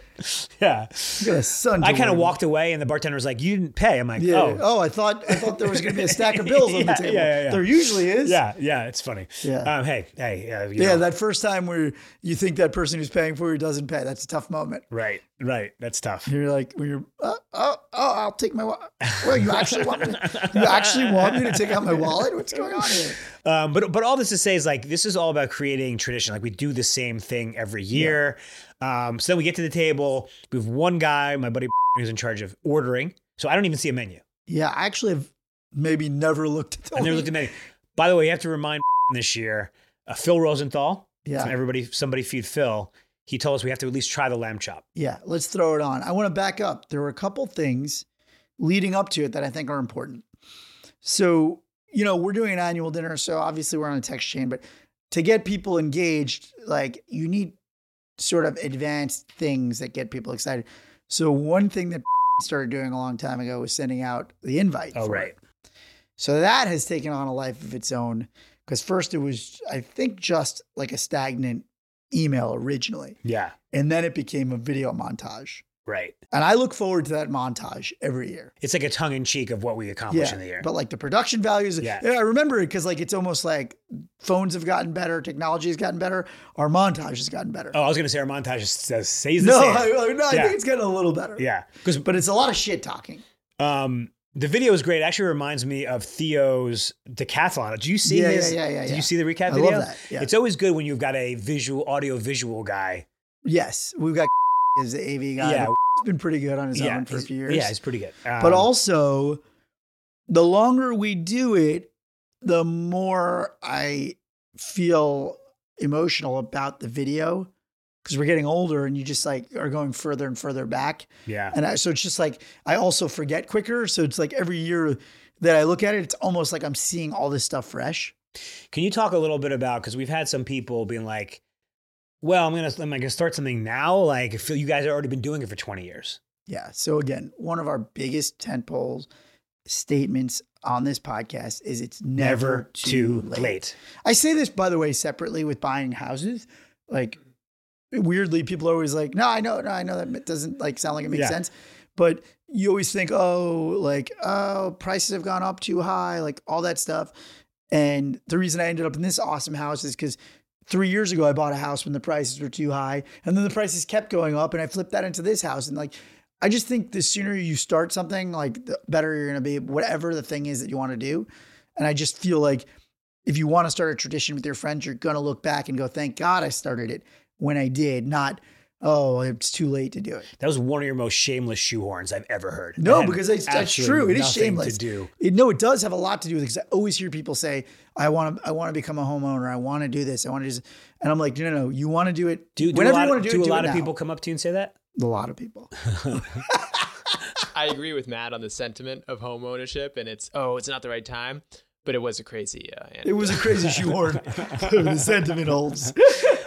A: Yeah.
B: got a son. to
A: I kind
B: worry
A: of
B: about.
A: walked away, and the bartender was like, "You didn't pay." I'm like,
B: Yeah.
A: "Oh,
B: Oh. I thought I thought there was gonna be a stack of bills on
A: Yeah,
B: the table.
A: yeah, yeah.
B: There usually is.
A: yeah, yeah." It's funny.
B: Yeah.
A: Um, hey, hey. Uh, you
B: Yeah,
A: know.
B: that first time where you think that person who's paying for you doesn't pay, that's a tough moment.
A: right, right. That's tough.
B: You're like, when you're, oh, oh, oh, I'll take my wallet. Well, you actually want me? You actually want me to take out my wallet? What's going on here?
A: Um, but but all this to say is like this is all about creating tradition. Like we do the same thing every year. Um, so then we get to the table. We have one guy, my buddy, who's in charge of ordering. So I don't even see a menu.
B: Yeah, I actually have maybe never looked at the.
A: I never looked at the menu. By the way, you have to remind this year, uh, Phil Rosenthal.
B: Yeah.
A: from everybody, somebody feed Phil. He told us we have to at least try the lamb chop.
B: Yeah, let's throw it on. I want to back up. There were a couple things leading up to it that I think are important. So, you know, we're doing an annual dinner, so obviously we're on a text chain, but to get people engaged, like you need sort of advanced things that get people excited. So, one thing that started doing a long time ago was sending out the invite.
A: Oh,
B: for
A: right.
B: it. So that has taken on a life of its own because first it was, I think, just like a stagnant email originally
A: Yeah,
B: and then it became a video montage.
A: right.
B: And I look forward to that montage every year.
A: It's like a tongue in cheek of what we accomplish in the year.
B: but like the production values.
A: Yeah.
B: I remember it because like it's almost like phones have gotten better, technology has gotten better, our montage has gotten better.
A: oh, I was gonna say our montage says stays the
B: no,
A: same.
B: I, I- no, I
A: Yeah.
B: think it's gotten a little better.
A: yeah, because
B: but it's a lot of shit talking.
A: Um, the video is great. It actually reminds me of Theo's decathlon. Did you see
B: Yeah,
A: his?
B: yeah, yeah, yeah,
A: Did
B: yeah.
A: you see the recap
B: I
A: video?
B: love that. Yeah.
A: It's always good when you've got a visual, audio, visual guy.
B: yes, we've got is the AV guy.
A: Yeah.
B: he's been pretty good on his
A: yeah,
B: own for a
A: he's-
B: few years.
A: Yeah, it's pretty good. Um,
B: but also, the longer we do it, the more I feel emotional about the video because we're getting older and you just like are going further and further back.
A: yeah,
B: And I, so it's just like I also forget quicker. So it's like every year that I look at it, it's almost like I'm seeing all this stuff fresh.
A: can you talk a little bit about? Because we've had some people being like, "Well, I'm gonna, am I gonna start something now? Like, I feel you guys have already been doing it for 20 years."
B: Yeah. So again, one of our biggest tent poles statements on this podcast is it's never,
A: Never too late.
B: I say this, by the way, separately with buying houses. Like, weirdly, people are always like, no, I know, no, I know that doesn't like sound like it makes
A: Yeah.
B: sense. But you always think, oh, like, oh, prices have gone up too high, like all that stuff. And the reason I ended up in this awesome house is because three years ago I bought a house when the prices were too high, and then the prices kept going up, and I flipped that into this house. And like, I just think the sooner you start something, like, the better you're gonna be, whatever the thing is that you want to do. And I just feel like if you want to start a tradition with your friends, you're gonna look back and go, "Thank God I started it when I did," not. Oh, it's too late to do it.
A: That was one of your most shameless shoehorns I've ever heard.
B: No,
A: That had
B: because it's, that's
A: absolutely
B: true. It is
A: nothing
B: shameless.
A: to do.
B: It, no, it does have a lot to do with because I always hear people say, "I want to, I want to become a homeowner. I want to do this. I want to just," and I'm like, "No, no, no. You want to do it.
A: Do, do a
B: whenever
A: lot,
B: you want to do,
A: do
B: it,
A: a
B: do
A: lot
B: it
A: of
B: now."
A: people come up to you and say that?
B: A lot of people.
C: I agree with Matt on the sentiment of home ownership, and it's oh, it's not the right time, but it was a crazy. Uh,
B: It was a crazy shoehorn. the sentiment holds.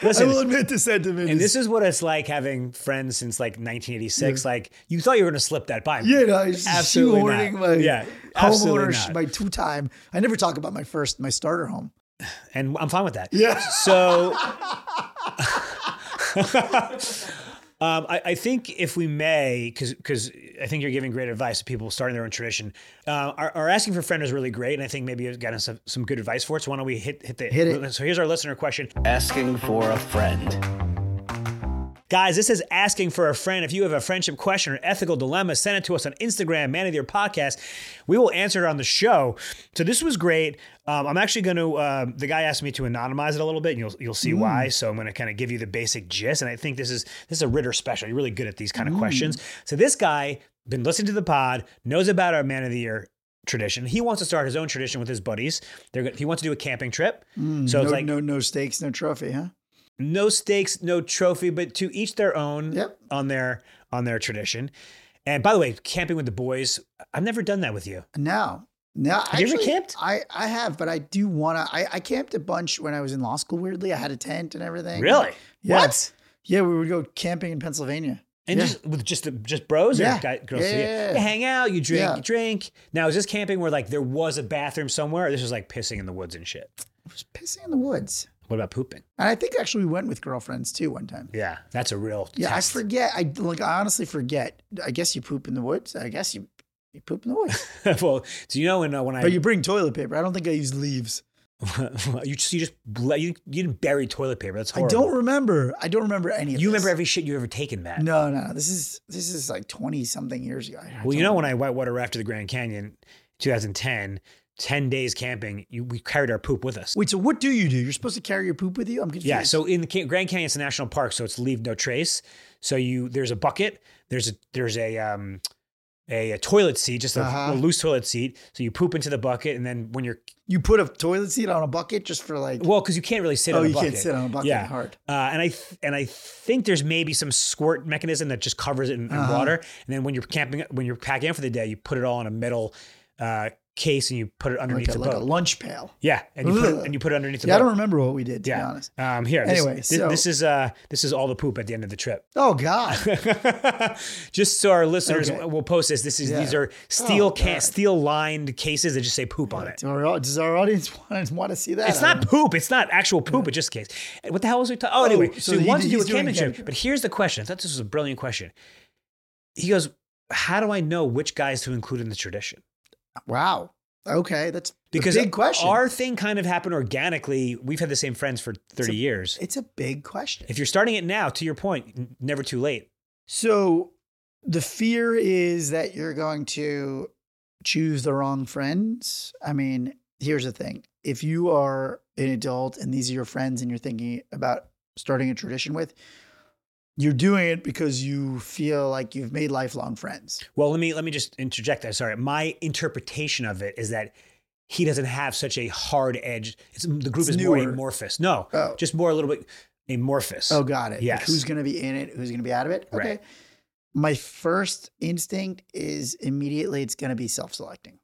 A: Listen,
B: I will admit the sentiment.
A: And
B: is,
A: this is what it's like having friends since like 1986. Like you thought you were going to slip that by me.
B: yeah, no, I was
A: Absolutely not.
B: shoehorning my
A: Yeah, absolutely
B: homeowner,
A: not.
B: my two time. I never talk about my first, my starter home.
A: and I'm fine with that.
B: Yeah.
A: So, um, I, I think if we may, because I think you're giving great advice to people starting their own tradition. Uh, our, our asking for friend is really great, and I think maybe you've gotten some, some good advice for it. So why don't we hit hit the
B: Hit it.
A: So here's our listener question.
D: Asking for a friend.
A: Guys, this is asking for a friend. If you have a friendship question or ethical dilemma, send it to us on Instagram, Man of Your Podcast. We will answer it on the show. So this was great. Um, I'm actually going to. Uh, the guy asked me to anonymize it a little bit, and you'll you'll see why. So I'm going to kind of give you the basic gist. And I think this is this is a Ritter special. You're really good at these kind of questions. So this guy been listening to the pod, knows about our Man of the Year tradition. He wants to start his own tradition with his buddies. They're go- he wants to do a camping trip. so
B: No,
A: it's like
B: no, no stakes, no trophy, huh?
A: no stakes, no trophy, but to each their own
B: Yep.
A: on their on their tradition. And by the way, camping with the boys, I've never done that with you.
B: No, no. Have
A: you ever camped?
B: I, I have, but I do want to. I, I camped a bunch when I was in law school. Weirdly, I had a tent and everything.
A: Really?
B: Yeah.
A: What?
B: Yeah, we would go camping in Pennsylvania.
A: And
B: Yeah.
A: just with just the, just bros
B: Yeah.
A: or guy, girls?
B: Yeah,
A: So you-
B: yeah, yeah.
A: You hang out, you drink,
B: Yeah.
A: you drink. Now is this camping where like there was a bathroom somewhere? Or this was like pissing in the woods and shit.
B: It was pissing in the woods,
A: What about pooping?
B: and I think actually we went with girlfriends too one time.
A: Yeah, that's a real.
B: Yeah,
A: test.
B: I forget. I like. I honestly forget. I guess you poop in the woods. I guess you you poop in the woods,
A: well, so you know when uh, when I
B: but you bring toilet paper. I don't think I used leaves.
A: you just you just ble- you, you didn't bury toilet paper. That's horrible.
B: I don't remember. I don't remember any of.
A: You
B: this.
A: remember every shit you ever taken, Matt?
B: No, no, no. This is this is like twenty something years ago. I
A: Well, you
B: don't-
A: know, when I whitewater rafted the Grand Canyon, 2010, 10 days camping, you, we carried our poop with us.
B: Wait. So what do you do? You're supposed to carry your poop with you. I'm confused.
A: yeah, so in the Ca- Grand Canyon, it's a national park, so it's leave no trace. So you there's a bucket, there's a there's a um a, a toilet seat, just a,
B: Uh-huh.
A: a loose toilet seat. So you poop into the bucket, and then when you're
B: You put a toilet seat on a bucket just for like.
A: well, because you can't really sit
B: oh,
A: on a
B: you
A: bucket.
B: can't sit on a bucket
A: Yeah.
B: hard.
A: Uh, and I th- and I think there's maybe some squirt mechanism that just covers it in, in
B: Uh-huh.
A: water. And then when you're camping, when you're packing up for the day, you put it all in a metal uh, case and you put it underneath
B: Like a,
A: the
B: like a
A: boat.
B: lunch pail.
A: Yeah, and you put it,
B: Ugh.
A: and you put it underneath the
B: Yeah, I
A: boat.
B: don't remember what we did to be
A: yeah.
B: honest.
A: Um, here. this-
B: Anyway,
A: this,
B: so-
A: this is uh, this is all the poop at the end of the trip.
B: Oh God.
A: just so our listeners
B: Okay.
A: will post this. This is
B: Yeah.
A: these are steel
B: Oh,
A: can
B: God.
A: steel lined cases that just say poop on it.
B: Do our- does our audience want to, want to see that?
A: It's
B: I don't
A: not poop. It's not actual poop. It's just case. What the hell was we talking? Oh, anyway. So,
B: so
A: he
B: he
A: wants to
B: did-
A: do a
B: he's doing
A: camping
B: a
A: trip,
B: camping
A: but here's the question. I thought this was a brilliant question. He goes, "How do I know which guys to include in the tradition?"
B: know. Wow. Okay, that's
A: Because
B: a big question.
A: our thing kind of happened organically. We've had the same friends for 30 years.
B: it's a big question.
A: If you're starting it now, to your point, n- never too late.
B: So the fear is that you're going to choose the wrong friends. I mean, here's the thing. If you are an adult and these are your friends and you're thinking about starting a tradition with, you're doing it because you feel like you've made lifelong friends.
A: Well, let me let me just interject that. Sorry, my interpretation of it is that he doesn't have such a hard edge. It's, the group
B: It's
A: is more
B: newer.
A: amorphous. No,
B: Oh.
A: just more a little bit amorphous.
B: Oh, got it. Like,
A: Yes.
B: who's going to be in it? Who's going to be out of it? Okay.
A: Right.
B: My first instinct is immediately it's going to be self selecting,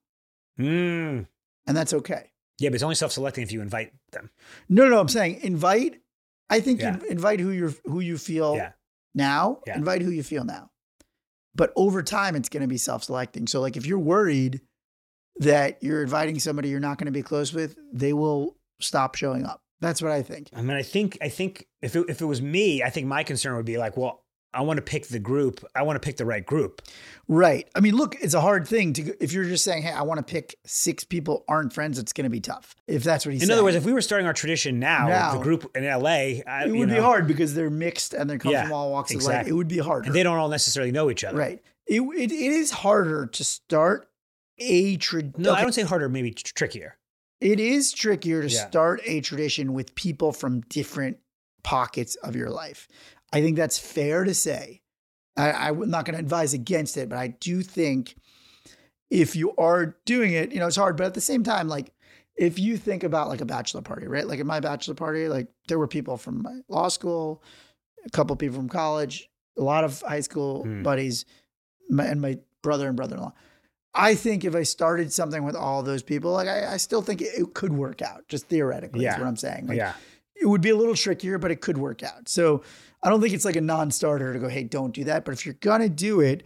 A: Mm.
B: and that's okay.
A: Yeah, but it's only self-selecting if you invite them.
B: No, no, no, I'm saying invite. I think
A: Yeah.
B: you invite who you who you feel
A: Yeah.
B: now.
A: Yeah.
B: Invite who you feel now. But over time, it's going to be self selecting. So, like, if you're worried that you're inviting somebody you're not going to be close with, they will stop showing up. That's what I think.
A: I mean, I think I think if it, if it was me, I think my concern would be like, well, I want to pick the group. I want to pick the right group.
B: Right. I mean, look, it's a hard thing to if you're just saying, "Hey, I want to pick six people aren't friends." It's going to be tough. If that's what he's
A: In
B: saying.
A: other words, if we were starting our tradition now,
B: Now.
A: the group in LA, I,
B: it
A: you
B: would be
A: know,
B: hard because they're mixed and they come
A: Yeah,
B: from all walks of life.
A: exactly.
B: It would be harder.
A: and they don't all necessarily know each other.
B: right. It, it it is harder to start a tradition.
A: No, I don't say harder. Maybe tr- trickier.
B: It is trickier to
A: Yeah.
B: start a tradition with people from different pockets of your life. I think that's fair to say. I, I'm not going to advise against it, but I do think if you are doing it, you know, it's hard. But at the same time, like if you think about like a bachelor party, right? Like at my bachelor party, like there were people from my law school, a couple people from college, a lot of high school
A: Hmm.
B: buddies, my, and my brother and brother-in-law. I think if I started something with all those people, like I, I still think it, it could work out, just theoretically. Is
A: Yeah.
B: what I'm saying. Like,
A: yeah.
B: It would be a little trickier, but it could work out. So I don't think it's like a non-starter to go, hey, don't do that. But if you're gonna do it,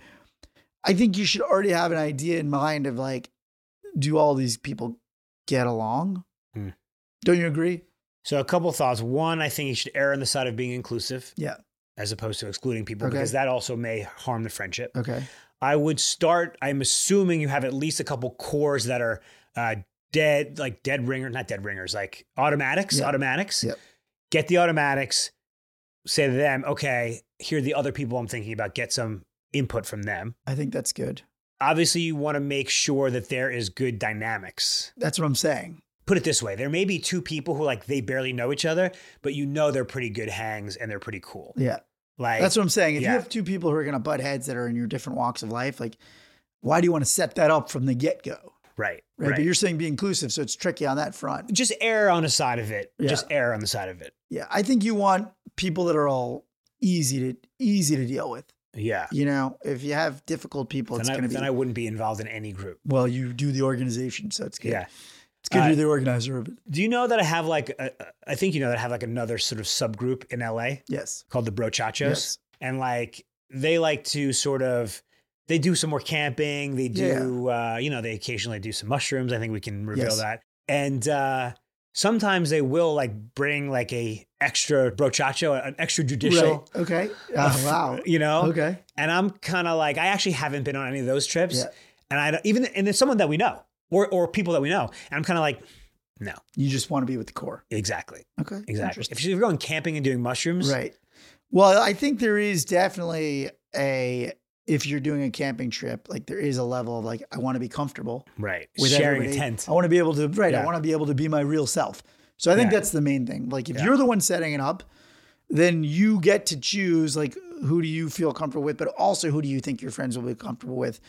B: I think you should already have an idea in mind of like, do all these people get along?
A: Hmm.
B: Don't you agree?
A: So a couple thoughts. One, I think you should err on the side of being inclusive
B: Yeah.
A: as opposed to excluding people
B: Okay.
A: because that also may harm the friendship.
B: Okay.
A: I would start. I'm assuming you have at least a couple cores that are uh, dead, like dead ringer, not dead ringers, like automatics.
B: Yeah.
A: Automatics.
B: Yep.
A: Get the automatics. Say to them, okay, here are the other people I'm thinking about. Get some input from them.
B: I think that's good.
A: Obviously, you want to make sure that there is good dynamics.
B: That's what I'm saying.
A: Put it this way: there may be two people who like they barely know each other, but you know they're pretty good hangs and they're pretty cool.
B: Yeah.
A: Like
B: That's what I'm saying. If
A: Yeah.
B: you have two people who are going to butt heads that are in your different walks of life, like, why do you want to set that up from the get go?
A: right,
B: Right?
A: right.
B: But you're saying be inclusive. So it's tricky on that front.
A: just err on the side of it.
B: Yeah.
A: Just err on the side of it.
B: Yeah. I think you want people that are all easy to easy to deal with.
A: Yeah.
B: You know, if you have difficult people, it's
A: then,
B: going
A: I,
B: to be,
A: then I wouldn't be involved in any group.
B: well, you do the organization. So it's good.
A: Yeah.
B: It's good
A: Uh,
B: you're the organizer of it.
A: Do you know that I have like, a, I think you know that I have like another sort of subgroup in LA
B: Yes.
A: called the Brochachos.
B: Yes.
A: And like they like to sort of, they do some more camping. They do, uh, you know, they occasionally do some mushrooms. I think we can reveal
B: Yes.
A: that. And uh, sometimes they will like bring like a extra brochacho, an extra judicial.
B: Right. Okay. Oh, wow.
A: You know?
B: Okay.
A: And I'm kind of like, I actually haven't been on any of those trips.
B: Yeah.
A: And I don't, even, and it's someone that we know or, or people that we know. And I'm kind of like, no,
B: You just want to be with the core.
A: exactly.
B: Okay.
A: Exactly. If you're going camping and doing mushrooms,
B: Right. Well, I think there is definitely a if you're doing a camping trip, like there is a level of like I want to be comfortable
A: right,
B: with
A: sharing
B: everybody.
A: a tent,
B: I want to be able to right. I
A: Yeah.
B: want to be able to be my real self. So I think
A: Yeah.
B: that's the main thing. Like if
A: Yeah.
B: you're the one setting it up, then you get to choose like who do you feel comfortable with, but also who do you think your friends will be comfortable with?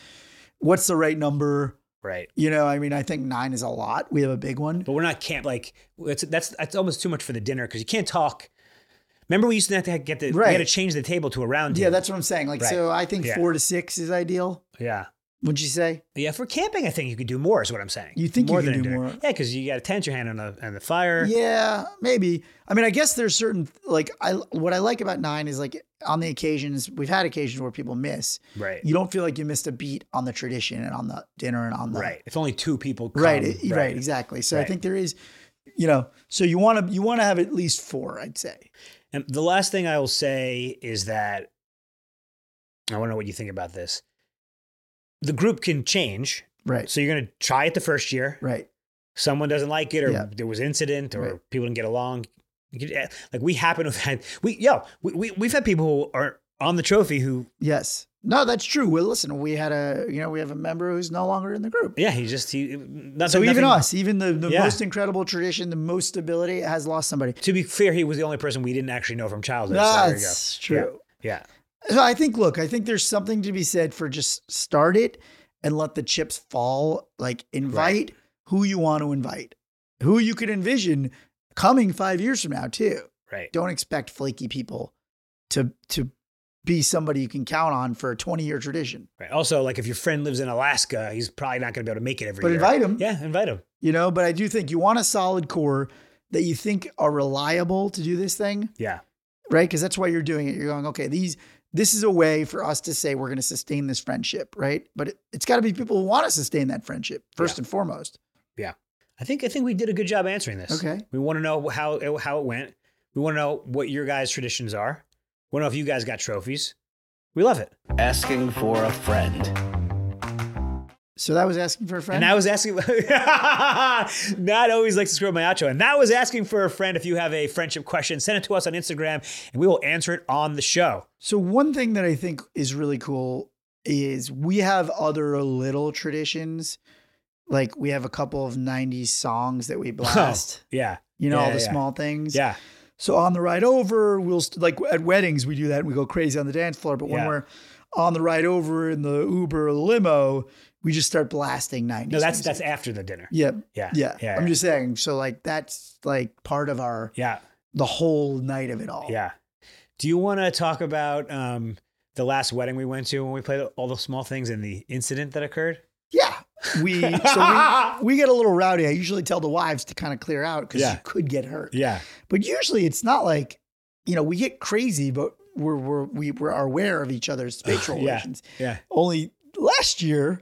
B: What's the right number?
A: right?
B: You know, I mean, I think nine is a lot. We have a big one.
A: But we're not camp like that's that's that's almost too much for the dinner because you can't talk. Remember, we used to have to get the we
B: Right.
A: had to change the table to a round
B: Yeah,
A: table.
B: that's what I'm saying. Like,
A: Right.
B: so I think
A: Yeah.
B: four to six is ideal.
A: yeah,
B: Would you say?
A: yeah. For camping, I think you could do more. Is what I'm saying.
B: You think you
A: more than
B: could
A: a
B: do
A: dinner.
B: more.
A: Yeah, because you got to tent your hand on the on the fire.
B: Yeah, maybe. I mean, I guess there's certain like I what I like about nine is like on the occasions we've had occasions where people miss,
A: Right,
B: you don't feel like you missed a beat on the tradition and on the dinner and on the
A: right. If only two people. Come,
B: right, it- right, exactly. So I
A: Right.
B: think there is, you know, so you want to you want to have at least four, I'd say.
A: And the last thing I will say is that I want to know what you think about this. The group can change,
B: Right,
A: so you're going to try it the first year.
B: right,
A: someone doesn't like it or
B: Yeah.
A: there was incident or
B: Right.
A: people didn't get along. You could- eh, Like we happen to have had, we, yo, we, we, we've had people who are on the trophy who,
B: yes. No, that's true. Well, listen, we had a you know we have a member who's no longer in the group.
A: yeah, he just, he, not
B: So
A: that
B: even
A: nothing-
B: us, even the, the
A: Yeah.
B: most incredible tradition, the most stability has lost somebody.
A: To be fair, he was the only person we didn't actually know from childhood. so there you go.
B: That's true.
A: Yeah.
B: So I think, look, I think there's something to be said for just start it and let the chips fall. Like, invite who you want to invite, who you could envision coming five years from now, too.
A: Right.
B: Don't expect flaky people to to be somebody you can count on for a 20 year tradition.
A: Right. Also, like if your friend lives in Alaska, he's probably not going to be able to make it every
B: But
A: year.
B: invite him.
A: Yeah, invite him.
B: You know, but I do think you want a solid core that you think are reliable to do this thing
A: Yeah.
B: right? Because that's why you're doing it. You're going, okay, these this is a way for us to say we're going to sustain this friendship, right? But it, it's got to be people who want to sustain that friendship first and foremost.
A: I think I think we did a good job answering this.
B: Okay.
A: We want to know how it, how it went. We want to know what your guys' traditions are. We want to know if you guys got trophies. We love it.
D: Asking for a friend.
B: So that was asking for a friend.
A: And I was asking. Not always likes to screw up my outro. And that was asking for a friend. If you have a friendship question, send it to us on Instagram, and we will answer it on the show.
B: So one thing that I think is really cool is we have other little traditions. Like we have a couple of 90s songs that we blast,
A: Yeah.
B: you know, all
A: Oh. Yeah,
B: the
A: yeah.
B: small things.
A: Yeah.
B: So on the ride over, we'll st- like at weddings, we do that and we go crazy on the dance floor. But when
A: Yeah.
B: we're on the ride over in the Uber limo, we just start blasting 90s.
A: No, that's
B: music.
A: that's after the dinner.
B: yeah,
A: Yeah.
B: yeah.
A: Yeah.
B: I'm just saying. So like that's like part of our,
A: yeah.
B: the whole night of it all.
A: Yeah. Do you want to talk about um, the last wedding we went to when we played all the small things and the incident that occurred?
B: Yeah. We so we, we get a little rowdy. I usually tell the wives to kind of clear out because
A: Yeah.
B: you could get hurt.
A: Yeah.
B: But usually it's not like, you know, we get crazy, but we're we're we, we're aware of each other's spatial
A: Yeah.
B: relations.
A: Yeah.
B: Only last year,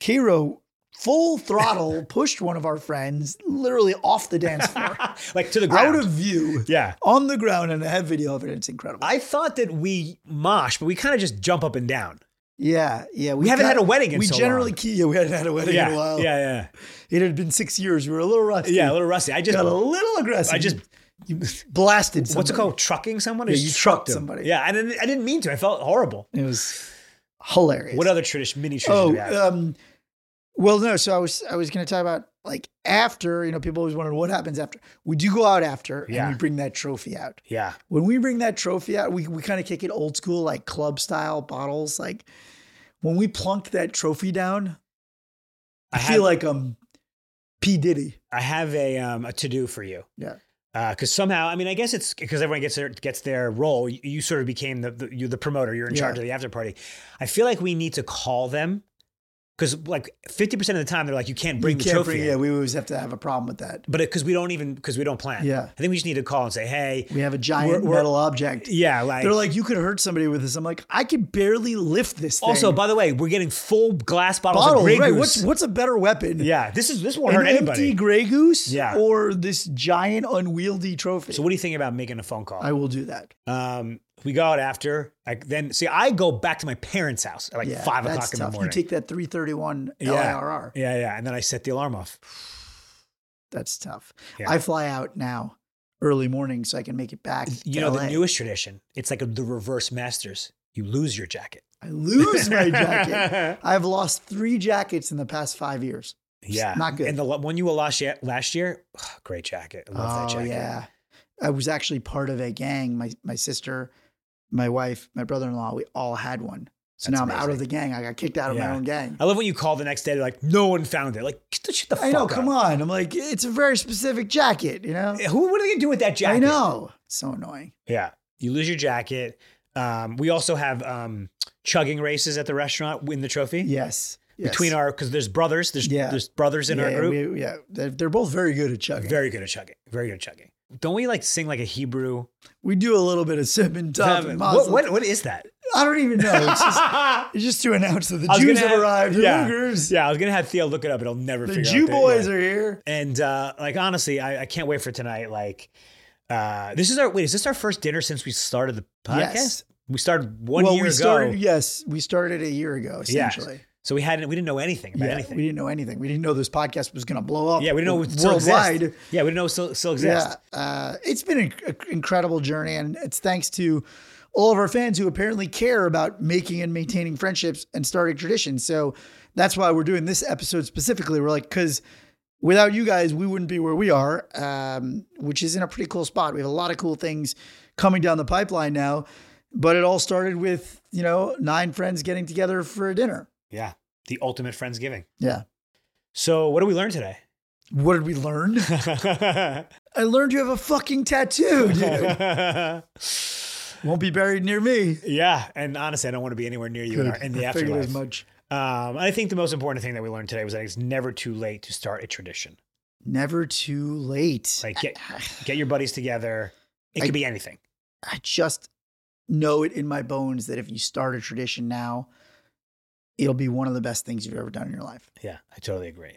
B: Cairo full throttle pushed one of our friends literally off the dance floor,
A: like to the ground.
B: out of view,
A: yeah.
B: on the ground, and I have video of it. It's incredible.
A: I thought that we mosh, but we kind of just jump up and down.
B: yeah, yeah. We,
A: haven't
B: got-
A: had a wedding in
B: we
A: so
B: generally
A: long.
B: key. Yeah, we hadn't had a wedding
A: Yeah.
B: in
A: Yeah.
B: a while.
A: Yeah.
B: it had been six years. We were a little rusty.
A: Yeah. A little rusty. I just
B: got a little aggressive.
A: I just
B: you blasted. Somebody.
A: what's it called? Trucking someone? I
B: Yeah,
A: just
B: you trucked
A: them.
B: somebody.
A: Yeah, I didn't. I didn't mean to. I felt horrible.
B: It was hilarious.
A: What other tradition? Mini tradition? do
B: Oh,
A: we have?
B: um, well, no. So I was I was going to talk about like after. You know, people always wonder what happens after. We do go out after,
A: Yeah.
B: and we bring that trophy out.
A: yeah.
B: When we bring that trophy out, we we kind of kick it old school, like club style bottles. Like when we plunked that trophy down, I,
A: have-
B: feel like um, P Diddy.
A: I have a um a to do for you.
B: Yeah.
A: Because somehow, I mean, I guess it's because everyone gets their gets their role. You, you sort of became the, the you the promoter. You're in charge
B: Yeah.
A: of the after party. I feel like we need to call them because like fifty percent of the time they're like, you can't bring the
B: You can't
A: trophy,
B: bring-
A: in.
B: yeah, we always have to have a problem with that.
A: but because we don't even because we don't plan.
B: Yeah.
A: I think we just need to call and say, hey,
B: We have a giant
A: We're- we're-
B: metal object.
A: yeah, like
B: They're like, you could hurt somebody with this. I'm like, I can barely lift this. Thing.
A: Also, by the way, we're getting full glass bottles
B: bottle,
A: of Grey
B: right?
A: Goose.
B: What's what's a better weapon?
A: yeah, this is this won't
B: an
A: hurt
B: empty
A: anybody.
B: Grey Goose,
A: Yeah.
B: or this giant unwieldy trophy.
A: So, what do you think about making a phone call?
B: I will do that.
A: Um, we go out after. I then see. I go back to my parents' house at like
B: Yeah,
A: five
B: that's
A: o'clock in
B: tough.
A: the morning.
B: You take that 331
A: Yeah.
B: LIRR.
A: yeah, yeah, and then I set the alarm off.
B: That's tough.
A: Yeah.
B: I fly out now, early morning, so I can make it back.
A: You
B: to
A: know
B: LA.
A: the newest tradition. It's like the reverse masters. You lose your jacket.
B: I lose my jacket. I've lost three jackets in the past five years.
A: yeah,
B: not good.
A: And the lo- one you lost ye- last year, oh, great jacket. I love that
B: oh
A: jacket.
B: yeah, I was actually part of a gang. My my sister, my wife, my brother in law. We all had one. So
A: That's
B: now I'm out of
A: amazing.
B: the gang. I got kicked out of my
A: Yeah.
B: own gang.
A: I love when you call the next day. They're like, no one found it. Like, get the shit the fuck
B: I know.
A: up.
B: Come on. I'm like, it's a very specific jacket. You know.
A: Who? What are they gonna do with that jacket?
B: I know. It's so annoying.
A: Yeah. You lose your jacket. Um, we also have um, chugging races at the restaurant. Win the trophy.
B: Yes. yes.
A: Between our, because there's brothers, there's
B: Yeah.
A: there's brothers in
B: yeah,
A: our group.
B: we- yeah, they're, they're both very good at chugging.
A: Very good at chugging. Very good at chugging. Don't we like sing like a Hebrew?
B: we do a little bit of sip and top and
A: what,
B: mazel.
A: what what is that?
B: I don't even know. It's just, it's just to announce that the
A: I was
B: Jews
A: gonna
B: have
A: have-
B: arrived. The
A: yeah.
B: Uyghurs,
A: Yeah, I was gonna have Theo look it up. It'll never.
B: the
A: figure
B: Jew
A: out that-
B: boys
A: yeah.
B: are here.
A: And uh, like honestly, I, I can't wait for tonight. Like uh, this is our wait. Is this our first dinner since we started the podcast?
B: Yes.
A: We started one
B: well,
A: year
B: we
A: ago,
B: started. Yes, we started a year ago essentially.
A: so we hadn't. We didn't know anything about
B: Yeah,
A: anything.
B: we didn't know anything. We didn't know this podcast was going to blow up.
A: yeah, we didn't know it still
B: worldwide.
A: Exists. Yeah, we didn't know it still, still
B: Yeah,
A: exists.
B: uh, it's been an inc- incredible journey, and it's thanks to all of our fans who apparently care about making and maintaining friendships and starting traditions. So that's why we're doing this episode specifically. We're like, because without you guys, we wouldn't be where we are, um, which is in a pretty cool spot. We have a lot of cool things coming down the pipeline now, but it all started with you know nine friends getting together for a dinner.
A: Yeah. the ultimate friendsgiving.
B: Yeah.
A: So what did we learn today?
B: What did we learn? I learned you have a fucking tattoo, dude. Won't be buried near me.
A: yeah, and honestly, I don't want to be anywhere near you in, our, in the
B: I figured
A: afterlife.
B: as much.
A: Um, I think the most important thing that we learned today was that it's never too late to start a tradition.
B: Never too late.
A: Like get get your buddies together. It could be anything.
B: I just know it in my bones that if you start a tradition now, it'll be one of the best things you've ever done in your life.
A: Yeah, I totally agree.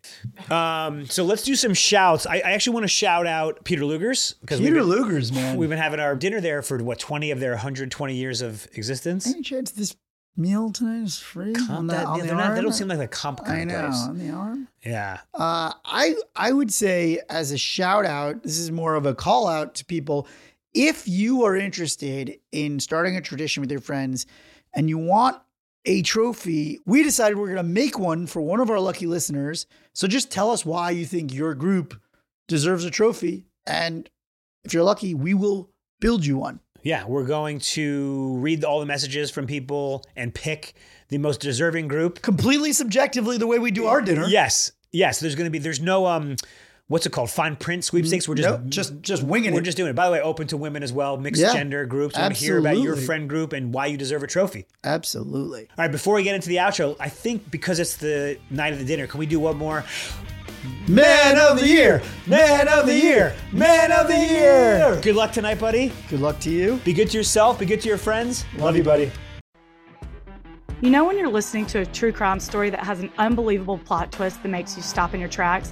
A: Um, so let's do some shouts. I, I actually want to shout out Peter Luger's because we've,
B: Peter
A: been-
B: Luger's, man.
A: we've been having our dinner there for what twenty of their 120 years of existence.
B: Any chance this meal tonight is free? on
A: Comp
B: the,
A: that,
B: on the
A: they're not, they
B: arm?
A: don't seem like a comp kind
B: I
A: of
B: know
A: place.
B: on the arm.
A: Yeah,
B: Uh, I I would say as a shout out, this is more of a call out to people. If you are interested in starting a tradition with your friends and you want a trophy, we decided we're going to make one for one of our lucky listeners. So just tell us why you think your group deserves a trophy. And if you're lucky, we will build you one.
A: yeah. We're going to read all the messages from people and pick the most deserving group.
B: Completely subjectively, the way we do our dinner.
A: Yes, yes. There's going to be. There's no um, what's it called? Fine print sweepstakes. We're just
B: Nope, just just winging
A: we're
B: it.
A: just doing it. By the way, open to women as well, mixed
B: Yeah,
A: gender groups. I want to hear about your
B: absolutely.
A: friend group and why you deserve a trophy.
B: Absolutely.
A: All right, before we get into the outro, I think because it's the night of the dinner, can we do one more?
B: Man of the year.
A: Man of the year! Man of the year! Good luck tonight, buddy.
B: Good luck to you.
A: Be good to yourself, be good to your friends.
B: Love you, buddy.
E: You know, when you're listening to a true crime story that has an unbelievable plot twist that makes you stop in your tracks?